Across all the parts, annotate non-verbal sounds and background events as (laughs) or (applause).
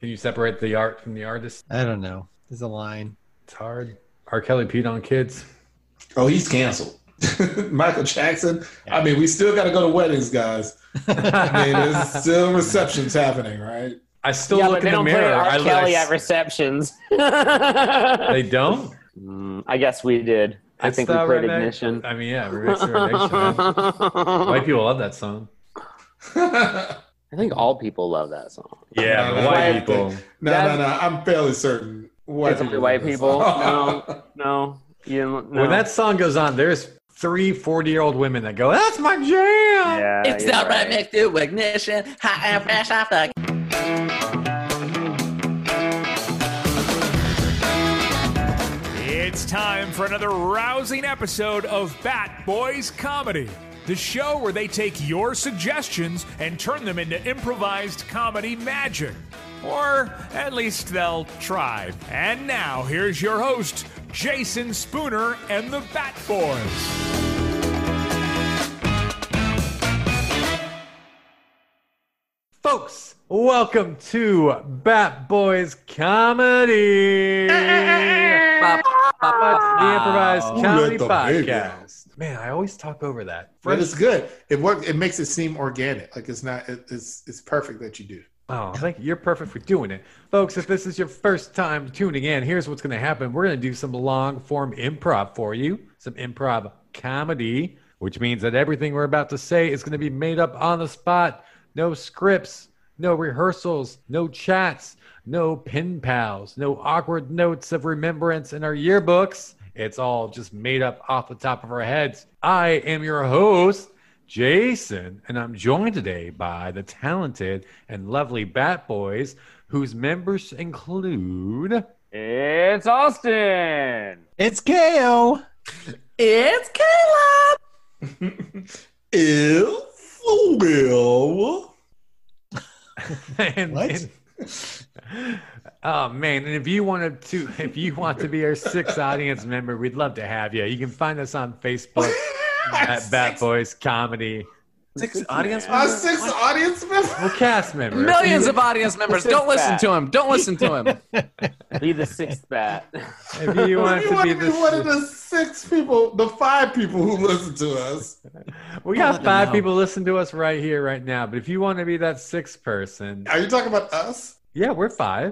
Can you separate the art from the artist? I don't know. There's a line. It's hard. R. Kelly peed on (laughs) kids. Oh, he's canceled. (laughs) Michael Jackson. I mean, we still got to go to weddings, guys. I mean, (laughs) there's still receptions (laughs) happening, right? I still yeah, look but they in the don't play mirror. R. I look- Kelly at receptions. (laughs) (laughs) they don't. Mm, I guess we did. I It's think we the played redneck- ignition. I mean, yeah, Remix the Rendition, (laughs) man. White people love that song. no, I think all people love that song. Yeah, No, but no, white no. people. Uh, no, no. I'm fairly certain. White It's only (laughs) (laughs) white people. No, no, you didn't- no. When that song goes on, there's three 40 year old women that go, That's my jam. yeah, It's you're the right. remix to ignition, hot and fresh off the. It's time for another rousing episode of Bat Boys Comedy, the show where they take your suggestions and turn them into improvised comedy magic. Or at least they'll try. And now, here's your host, Jason Spooner and the Bat Boys. Folks, welcome to Bat Boys Comedy. Eh, It's the improvised Who comedy eh. let the baby podcast. Man, I always talk over that. But it's good. It works. It makes it seem organic. Like it's not. It, it's it's perfect that you do. Oh, thank you. You're perfect for doing it. Folks, if this is your first time tuning in, here's what's going to happen. We're going to do some long form improv for you, some improv comedy, which means that everything we're about to say is going to be made up on the spot. No scripts, no rehearsals, no chats, no pen pals, no awkward notes of remembrance in our yearbooks. It's all just made up off the top of our heads. I am your host, Jason, and I'm joined today by the talented and lovely Bat Boys, whose members include. (laughs) It's Austin. It's KO. It's Caleb. It's real. and- What? and- (laughs) oh man! And if you wanted to, (laughs) if you want to be our sixth audience member, we'd love to have you. You can find us on (laughs) Facebook at Bat Boys Comedy. Six audience Our six audience Well, members. cast member. Millions of audience members. This is Don't listen bad. to him. Don't listen to him. Be the sixth bat. (laughs) If (laughs) you want We to want be to be one of the, the six people, the five people who listen to us. we Don't let got them five know. people listening to us right here, right now. But if you want to be that sixth person, Are you talking about us? yeah, we're five.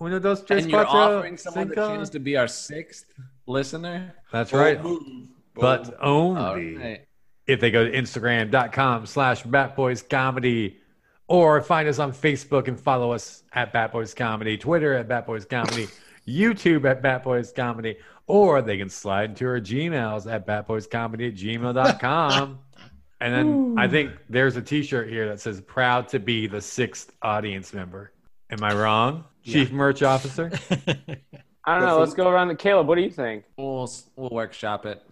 Uno, dos, tres, and you're cuatro, offering someone the cinco. chance to be our sixth listener. That's right. Bold move. But Bold. All only right. if they go to Instagram.com slash Bat Boys Comedy or find us on Facebook and follow us at Bat Boys Comedy, Twitter at Bat Boys Comedy, (laughs) YouTube at Bat Boys Comedy, or they can slide into our Gmails at batboyscomedy at gmail.com. (laughs) and then I think there's a t shirt here that says proud to be the sixth audience member. Am I wrong? Chief merch (laughs) officer. I don't know. Let's go around to Caleb. What do you think? We'll s- we'll workshop it.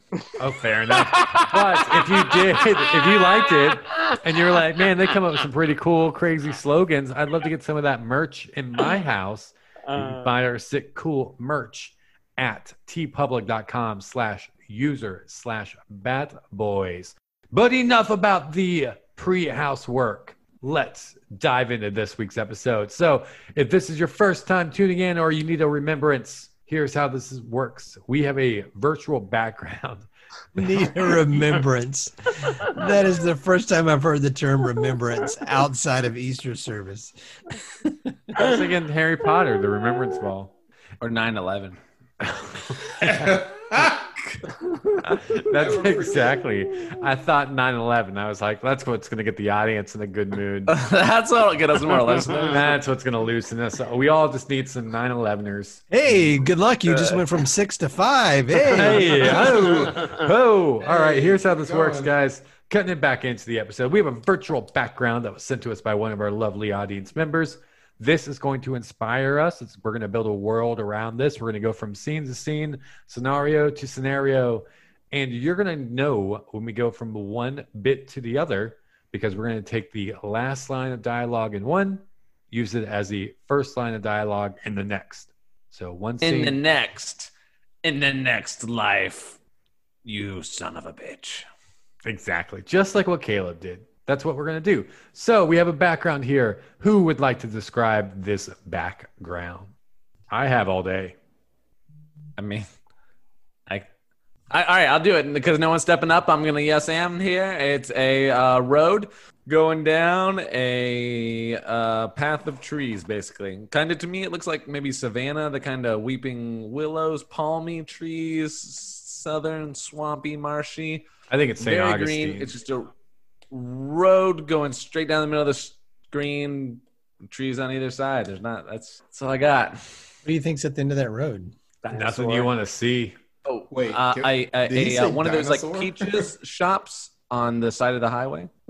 Oh, fair enough. but if you did, if you liked it, and you were like, man, they come up with some pretty cool, crazy slogans, I'd love to get some of that merch in my house. You can Uh, find our sick, cool merch at tpublic.com slash user slash bat boys. But enough about the pre housework. Let's dive into this week's episode. So, if this is your first time tuning in or you need a remembrance, here's how this is, works. We have a virtual background Need a remembrance. that is the first time I've heard the term remembrance outside of Easter service. I was thinking Harry Potter, the Remembrance Ball. (laughs) Or 9-11. That's exactly. I thought 9 11. I was like, that's what's going to get the audience in a good mood. (laughs) That's what'll get us more listeners. That's what's going to loosen us. up. We all just need some 9 11ers. Hey, good luck. You just went from six to five. Hey. Hey, oh, oh. All right, here's how this works, going. guys. Cutting it back into the episode. We have a virtual background that was sent to us by one of our lovely audience members. This is going to inspire us. It's, we're going to build a world around this. We're going to go from scene to scene, scenario to scenario. And you're going to know when we go from one bit to the other because we're going to take the last line of dialogue in one, use it as the first line of dialogue in the next. So one scene. (laughs) In the next, in the next life, you son of a bitch. Exactly. Just like what Caleb did. That's what we're going to do. So we have a background here. Who would like to describe this background? I have all day. I mean, I, I all right, I'll do it because no one's stepping up. I'm gonna yes am here. It's a uh, road going down a uh, path of trees, basically. Kind of to me, it looks like maybe savanna, the kind of weeping willows, palmy trees, southern swampy, marshy, I think it's St. very Augustine. green. It's just a road going straight down the middle of the screen. Trees on either side. There's not. That's that's all I got. What do you think's at the end of that road? Nothing Dinosaur. you want to see. Oh Wait, uh, can- I, I, did he a, say uh, one of those like dinosaur? peaches (laughs) shops on the side of the highway, (laughs)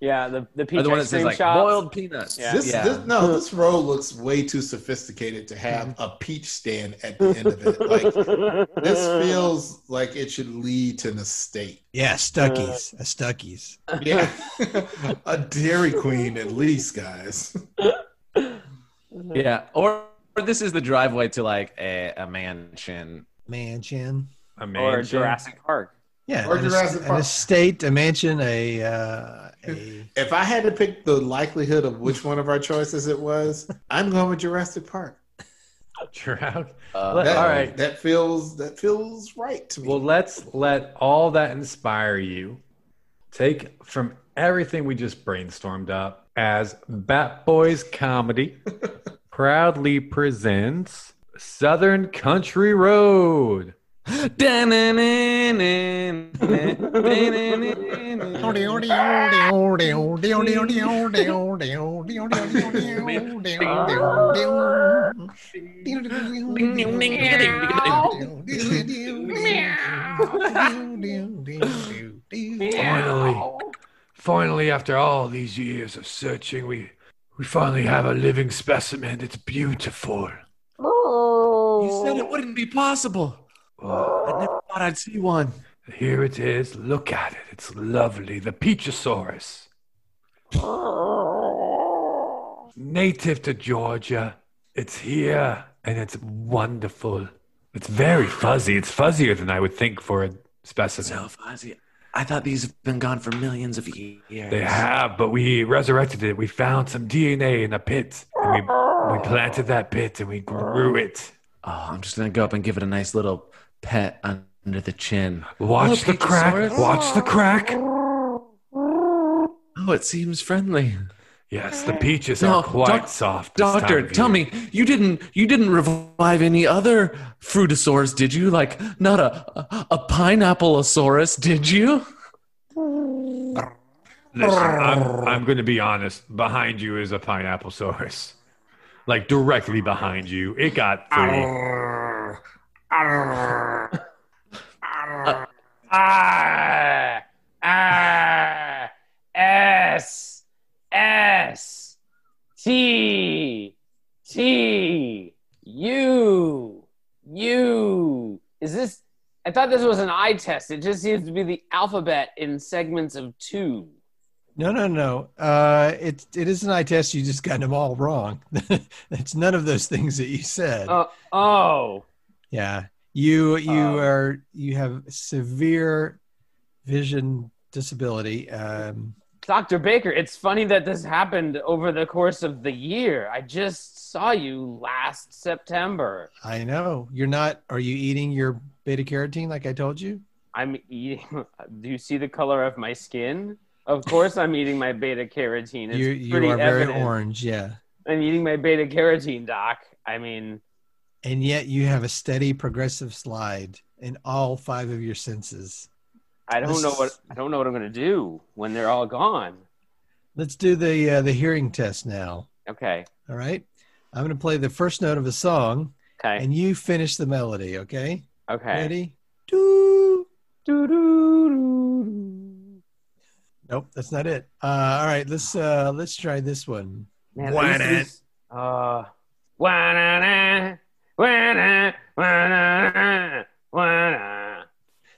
yeah, the the or peach the one that ice says cream like shop. boiled peanuts. Yeah. This, yeah. this no, this road looks way too sophisticated to have a peach stand at the (laughs) end of it. Like (laughs) this feels like it should lead to an estate. Yeah, Stuckies. A Stuckies. Yeah, (laughs) a Dairy Queen at least, guys. Mm-hmm. Yeah. Or, or this is the driveway to like a, a mansion. Mansion. A or mansion. Jurassic Park. Yeah. Or an, Jurassic est- an Park. estate, a mansion, a uh a If I had to pick the likelihood of which one of our choices it was, I'm going with Jurassic Park. Jura- Uh, Let- That, all right. that feels that feels right to me. Well, let's let all that inspire you. Take from everything we just brainstormed up as Bat Boys (laughs) Comedy proudly presents Southern Country Road. Oh, Finally, finally, after all these years of searching, we we finally have a living specimen. It's beautiful. you said it wouldn't be possible. I never thought I'd see one. Here it is. Look at it. It's lovely. The Peachosaurus. Native to Georgia. It's here and it's wonderful. It's very fuzzy. It's fuzzier than I would think for a specimen. So fuzzy. I thought these have been gone for millions of years. They have, but we resurrected it. We found some DNA in a pit. And we, we planted that pit and we grew it. Oh, I'm just gonna go up and give it a nice little pet under the chin. Watch Oh, the crack. Peachosaurus. Watch the crack. Oh, it seems friendly. Yes, the peaches No, are quite doc- soft. this time Doctor, of tell year. me you didn't you didn't revive any other fruitosaurs, did you? Like not a a pineappleosaurus, did you? Listen, I'm, I'm going to be honest. Behind you is a pineapple source. Like directly behind you. It got free. Ah, ah, S, S, T, T, U, U. Is this? I thought this was an eye test. It just seems to be the alphabet in segments of two. No, no, no. Uh, it it (laughs) is an eye test. You just got them all wrong. (laughs) it's none of those things that you said. Uh, oh, Yeah, you you Um, are you have severe vision disability. Um, Dr. Baker, it's funny that this happened over the course of the year. I just saw you last September. I know you're not. Are you eating your beta carotene like I told you? I'm eating. (laughs) Do you see the color of my skin? Of course, I'm eating my beta carotene. It's you you pretty are very evident. orange. Yeah, I'm eating my beta carotene, Doc. I mean, and yet you have a steady progressive slide in all five of your senses. I don't This- know what I don't know what I'm gonna do when they're all gone. Let's do the uh, the hearing test now. Okay, All right, I'm going to play the first note of a song. okay, and you finish the melody, okay? okay. Ready? Doo. Doo-doo-doo-doo. Nope, that's not it. Uh, all right, let's uh, let's try this one. Man, I used to be s- Uh, wa-na-na, wa-na, wa-na, wa-na.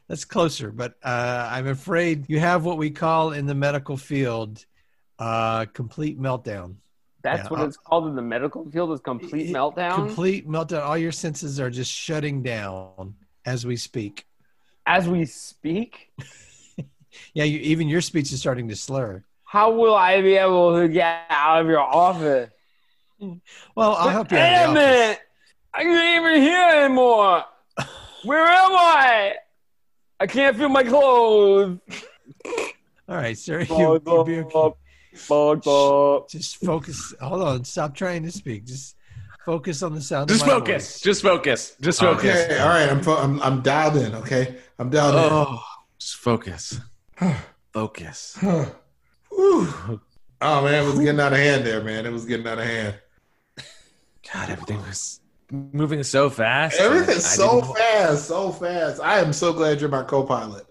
That's closer, but uh, I'm afraid you have what we call in the medical field uh, complete meltdown. That's Yeah, what uh, it's called in the medical field. Is complete It- meltdown. Complete meltdown. All your senses are just shutting down as we speak. As we speak, Yeah, you, even your speech is starting to slur. How will I be able to get out of your office? Well, I'll help you. out Damn of the office. it! I can't even hear (laughs) anymore. Where am I? I can't feel my clothes. All right, sir. (laughs) You, Bog, (laughs) you'll be bog, okay. bog, bog. Just focus. Hold on. Stop trying to speak. Just focus on the sound. Just of my focus. voice. Just focus. Just focus. Okay, all right. I'm fo- I'm I'm dialed in. Okay, I'm dialed Oh, just (sighs) focus. focus. in. Huh. Whew. Oh man, it was getting out of hand there, man. It was getting out of hand. God, everything was moving so fast. Everything's I so didn't- fast, so fast. I am so glad you're my co-pilot.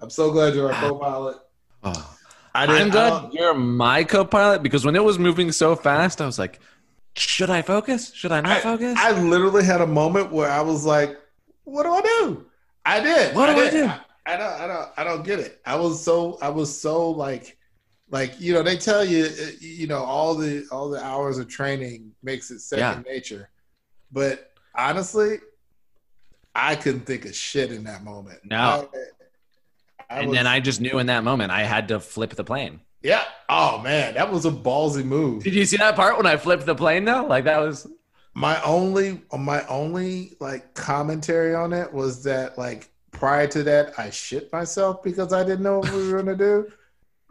I'm so glad you're my Ah. co-pilot. Oh. I didn't. I'm I glad don't- you're my co-pilot because when it was moving so fast, I was like, should I focus? Should I not focus? I literally had a moment where I was like, "What do I do?" I did. What do I did. do? I don't. I don't. I don't get it. I was so. I was so like, like you know, they tell you, uh, you know, all the all the hours of training makes it second nature, but honestly, I couldn't think of shit in that moment. No. I- I and was- then I just knew in that moment I had to flip the plane. yeah. Oh man, that was a ballsy move. Did you see that part when I flipped the plane though? Like that was my only my only like commentary on it was that like prior to that I shit myself because I didn't know what we were gonna do.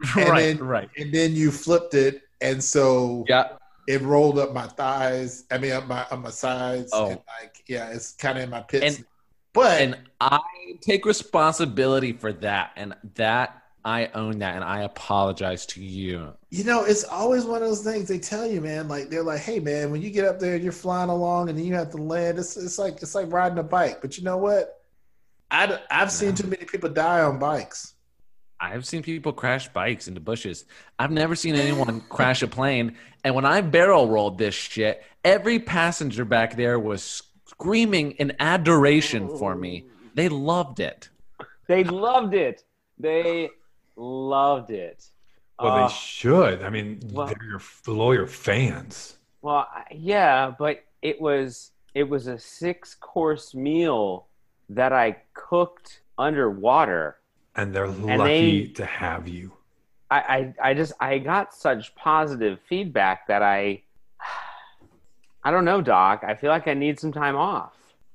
And (laughs) right, then- right. And then you flipped it and so Yeah. it rolled up my thighs. I mean up my up my sides. Oh. And like yeah, it's kinda in my pits. And- but And I take responsibility for that. And that I own that and I apologize to you. you know, it's always one of those things they tell you, man. Like they're like, hey man, when you get up there and you're flying along and then you have to land, it's it's like it's like riding a bike. But you know what? I, I've seen too many people die on bikes. I've seen people crash bikes into bushes. I've never seen anyone crash a plane. And when I barrel rolled this shit, every passenger back there was screaming in adoration for me. They loved it. They loved it. They loved it. Well, Uh, they should. I mean, well- they're your lawyer fans. Well, I- yeah, but it was it was a six course meal that I cooked underwater. and they're they- lucky to have you. I, I I just I got such positive feedback that I I don't know, Doc. I feel like I need some time off.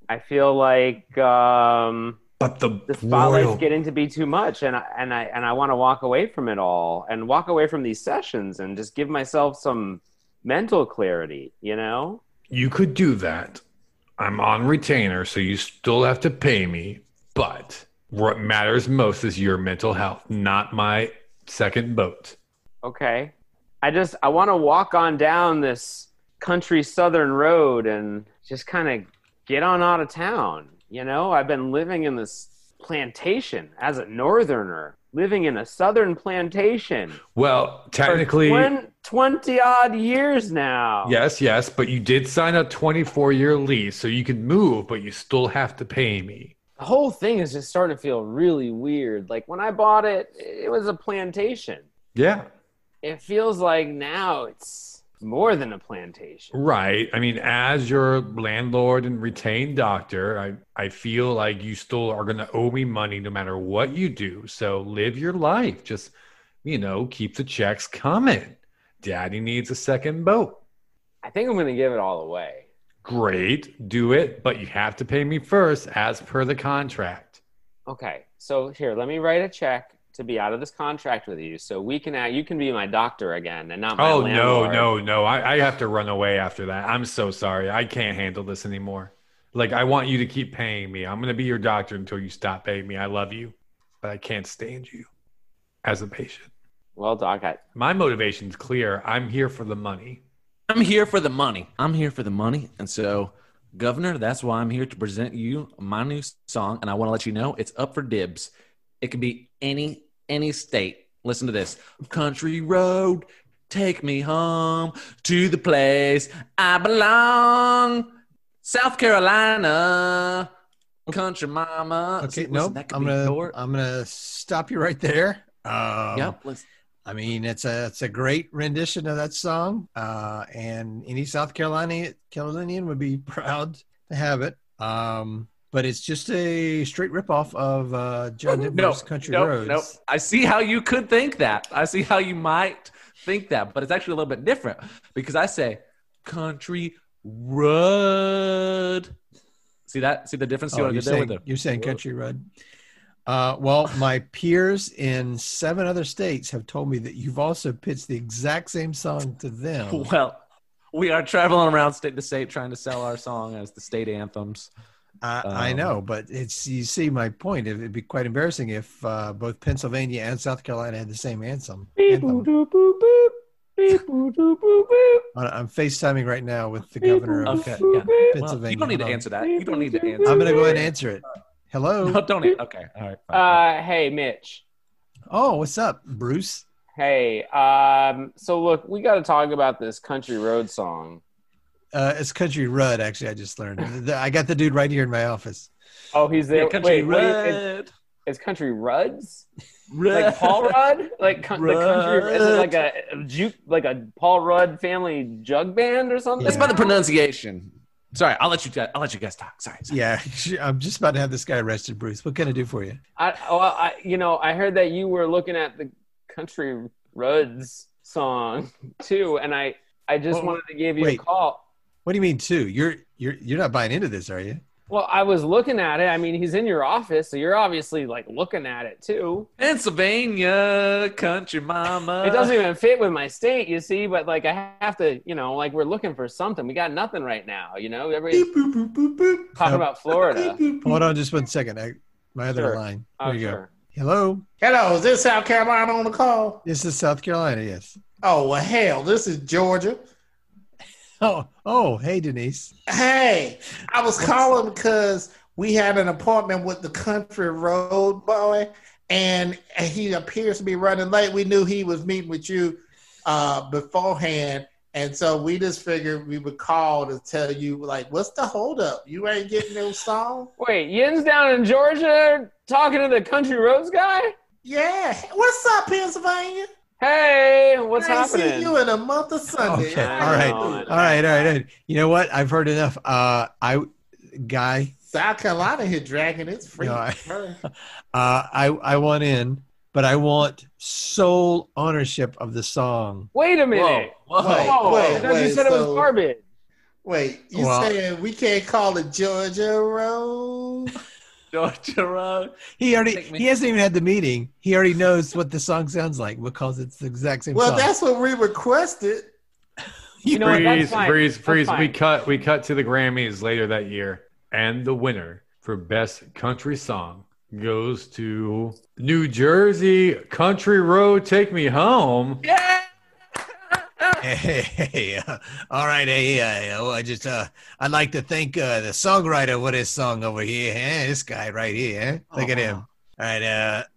I feel like um, But the, the spotlight's royal, getting to be too much, and I, and I and I want to walk away from it all and walk away from these sessions and just give myself some mental clarity. You know. you could do that. I'm on retainer, so you still have to pay me. But what matters most is your mental health, not my second boat. Okay. I just I want to walk on down this country southern road and just kind of get on out of town. You know, I've been living in this plantation as a northerner, living in a southern plantation Well, technically, for 20 odd years now. yes, yes, but you did sign a 24 year lease, so you can move, but you still have to pay me. The whole thing is just starting to feel really weird. Like when I bought it, it was a plantation. Yeah. It feels like now it's more than a plantation. Right. I mean, as your landlord and retained doctor, I, I feel like you still are going to owe me money no matter what you do. So live your life. Just, you know, keep the checks coming. Daddy needs a second boat. I think I'm going to give it all away. Great. Do it. But you have to pay me first as per the contract. Okay, so here, let me write a check to be out of this contract with you, so we can act, you can be my doctor again and not my oh, landlord. no, no, no. I, I have to run away after that. I'm so sorry. I can't handle this anymore. Like, I want you to keep paying me. I'm going to be your doctor until you stop paying me. I love you, but I can't stand you as a patient. Well, doc, I, My motivation's clear. I'm here for the money. I'm here for the money. I'm here for the money. And so, Governor, that's why I'm here to present you my new song. And I want to let you know it's up for dibs. It could be any any state. Listen to this. Country road, take me home to the place I belong. South Carolina, country mama. Okay, See, listen, nope. that could I'm be gonna your- I'm gonna stop you right there. Um, Yep. listen. I mean, it's a it's a great rendition of that song, uh, (laughs) and any South Carolina Carolinian would be proud to have it. Um, but it's just a straight ripoff of uh, John Denver's Country Roads. I see how you could think that. I see how you might think that, but it's actually a little bit different because I say country road. See that? See the difference? See Oh, what I you're, did there with saying, the- you're saying Country Road. Uh, well, my peers in seven other states have told me that you've also pitched the exact same song to (laughs) them. Well, we are traveling around state to state trying to sell our song as the state anthems. I, I Um, know, but it's you see my point. It, would be quite embarrassing if uh, both Pennsylvania and South Carolina had the same anthem. anthem. I- I'm FaceTiming right now with the governor of Okay. Yeah. Well, Pennsylvania. you don't need to Hold on. answer that. You don't need to answer. (laughs) I'm going to go ahead and answer it. Hello. No, don't. e- Okay. All right. fine. Uh, hey, Mitch. Oh, what's up, Bruce? Hey, um, so look, we got to talk about this country road song. Uh, it's Country Rudd. Actually, I just learned. Th- I got the dude right here in my office. Oh, he's there. Yeah, country Wait, what is- it's, road. it's country Rudds, Rudd. like (laughs) Paul Rudd, like co- the country, is it like a juke, like a Paul Rudd family jug band or something. It's about the pronunciation. Sorry, I'll let you guys. I'll let you guys talk. Sorry. sorry. Yeah, (laughs) I'm just about to have this guy arrested, Bruce. What can I do for you? I, oh, I, you know, I heard that you were looking at the country Rudds song too, and I, I just Well, wanted to give you wait. a call. What do you mean, two? You're you're you're not buying into this, are you? Well, I was looking at it. I mean, he's in your office, so you're obviously like looking at it too. Pennsylvania country mama. It doesn't even fit with my state, you see. But like, I have to, you know, like we're looking for something. We got nothing right now, you know. Everybody's talking about (laughs) Florida. Hold on, just one second. I, my other Sure. line. There Oh, you go. sure. Hello, Hello, is this South Carolina on the call? this is South Carolina. Yes. Oh well, hell, this is Georgia. Oh, oh, hey Denise. Hey, I was calling because we had an appointment with the country road boy, and he appears to be running late. We knew he was meeting with you uh, beforehand, and so we just figured we would call to tell you, like, what's the holdup? You ain't getting no song? Wait, Yin's down in Georgia talking to the country roads guy. Yeah, what's up, Pennsylvania? Hey, what's I ain't happening? seen you in a month of Sunday. Okay, How all you right. doing? All right, all right, all right. You know what? I've heard enough. Uh, I, guy, South Carolina here dragging its free. No, I- uh, I I want in, but I want sole ownership of the song. Wait a Whoa. minute. Whoa. Whoa, Wait, Oh, I thought you wait, said it was so- garbage. Wait, you Well- saying we can't call it Georgia (laughs) Road? Georgia road. He already Take me- he hasn't even had the meeting. He already knows what the song sounds like because it's the exact same Well, song. that's what we requested. You know what? freeze, That's fine. freeze, That's freeze. We fine. cut, we cut to the Grammys later that year, and the winner for best country song goes to New Jersey Country Road. Take me home. Yeah. Hey, hey, hey, (laughs) uh, all right, hey, uh, well, I just uh, I'd like to thank uh, the songwriter for this song over here, eh? this guy right here. Eh? Look at him. All right,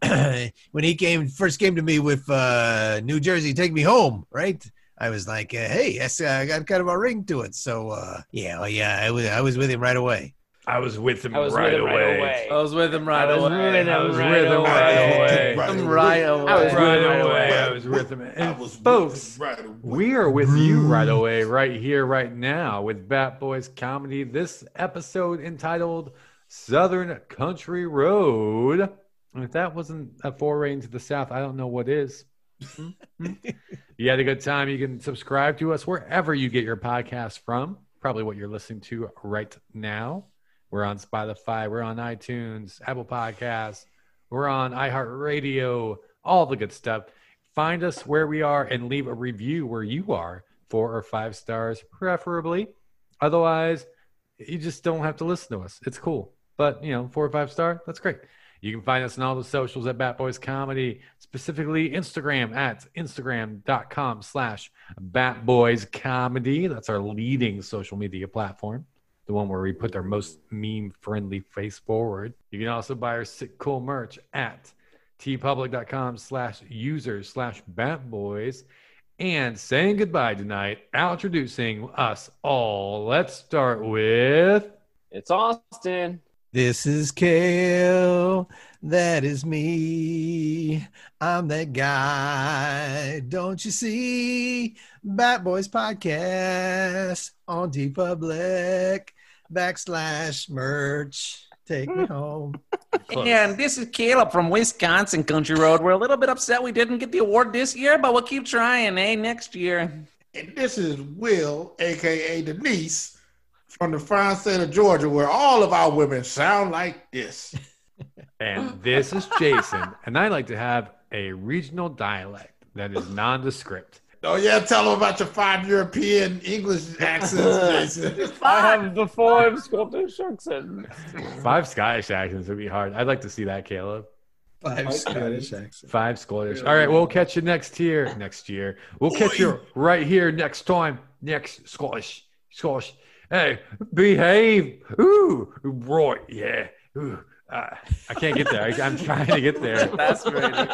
uh, (clears throat) when he came first came to me with uh, New Jersey, take me home, right? I was like, uh, hey, that's uh, got kind of a ring to it. So uh, yeah, oh, yeah, I was I was with him right away. I was with him I was right with him away. right I away. was with him right I was away. with I him was right with him right away. away. Him right away. I was with Right him right away. away. I was with him. And was with folks, him right away. we are with you right away, right here, right now, with Bat Boys Comedy. This episode entitled Southern Country Road. And If that wasn't a foray into the South, I don't know what is. Hmm? you had a good time. You can subscribe to us wherever you get your podcast from, probably what you're listening to right now. We're on Spotify, we're on iTunes, Apple Podcasts, we're on iHeartRadio, all the good stuff. Find us where we are and leave a review where you are, four or five stars, preferably. Otherwise, you just don't have to listen to us. It's cool. But, you know, four or five star, that's great. You can find us on all the socials at Bat Boys Comedy, specifically Instagram at Instagram.com slash Bat Boys Comedy. That's our leading social media platform, the one where we put our most meme friendly face forward. You can also buy our sick cool merch at tpublic.com slash users slash Bat Boys. And saying goodbye tonight, introducing us all. Let's start with. It's Austin. This is Kale. That is me. I'm that guy. Don't you see? Bat Boys Podcast on Public backslash merch. Take me home. And this is Caleb from Wisconsin Country Road. We're a little bit upset we didn't get the award this year, but we'll keep trying, eh? Next year. And this is Will, aka Denise, from the fine state of Georgia, where all of our women sound like (laughs) this. And this is Jason, (laughs) and I like to have a regional dialect that is nondescript. Oh yeah, tell them about your five (laughs) European English accents, Jason. I have the five Scottish accent. Five Scottish accents would be hard. I'd like to see that, Caleb. Five Scottish accents. Five Scottish. All right, we'll catch you next year. Next year, we'll catch you right here next time. Next Scottish, Scottish. Hey, behave. Ooh, right, yeah. Ooh. Uh, I can't get there. I, I'm trying to get there. (laughs) That's right. I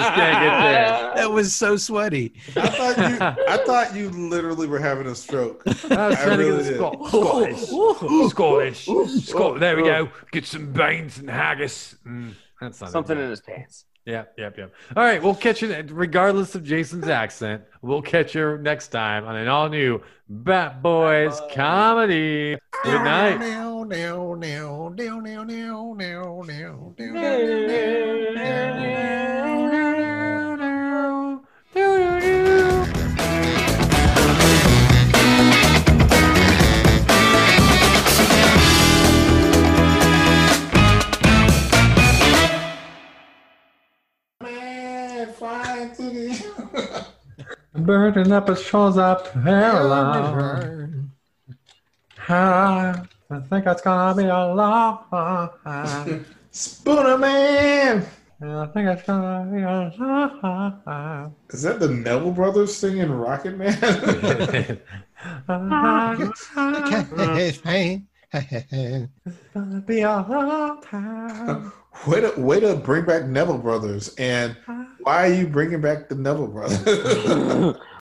just can't That was so sweaty. I thought you, I thought you literally were having (laughs) a stroke. get there. I was I trying really to get did. Scot- Scottish. Scottish. Scot- there we go. Get some beans and haggis. Mm, that's not Something it. in his pants. Yep, yep, yep. All right, we'll catch you, regardless of Jason's accent, we'll catch you next time on an all new Bat Boys comedy. Good night. Now, now, now, now, now, now, now, now, now. Man, flying to the. Burning up his shores up airline. I think it's gonna be a lot. I (laughs) Spooner Man. think it's gonna be a lot. Is that the Neville Brothers singing Rocket Man? (laughs) gonna be a long time. way to way to bring back Neville Brothers, (laughs) and why are you bringing back the Neville Brothers?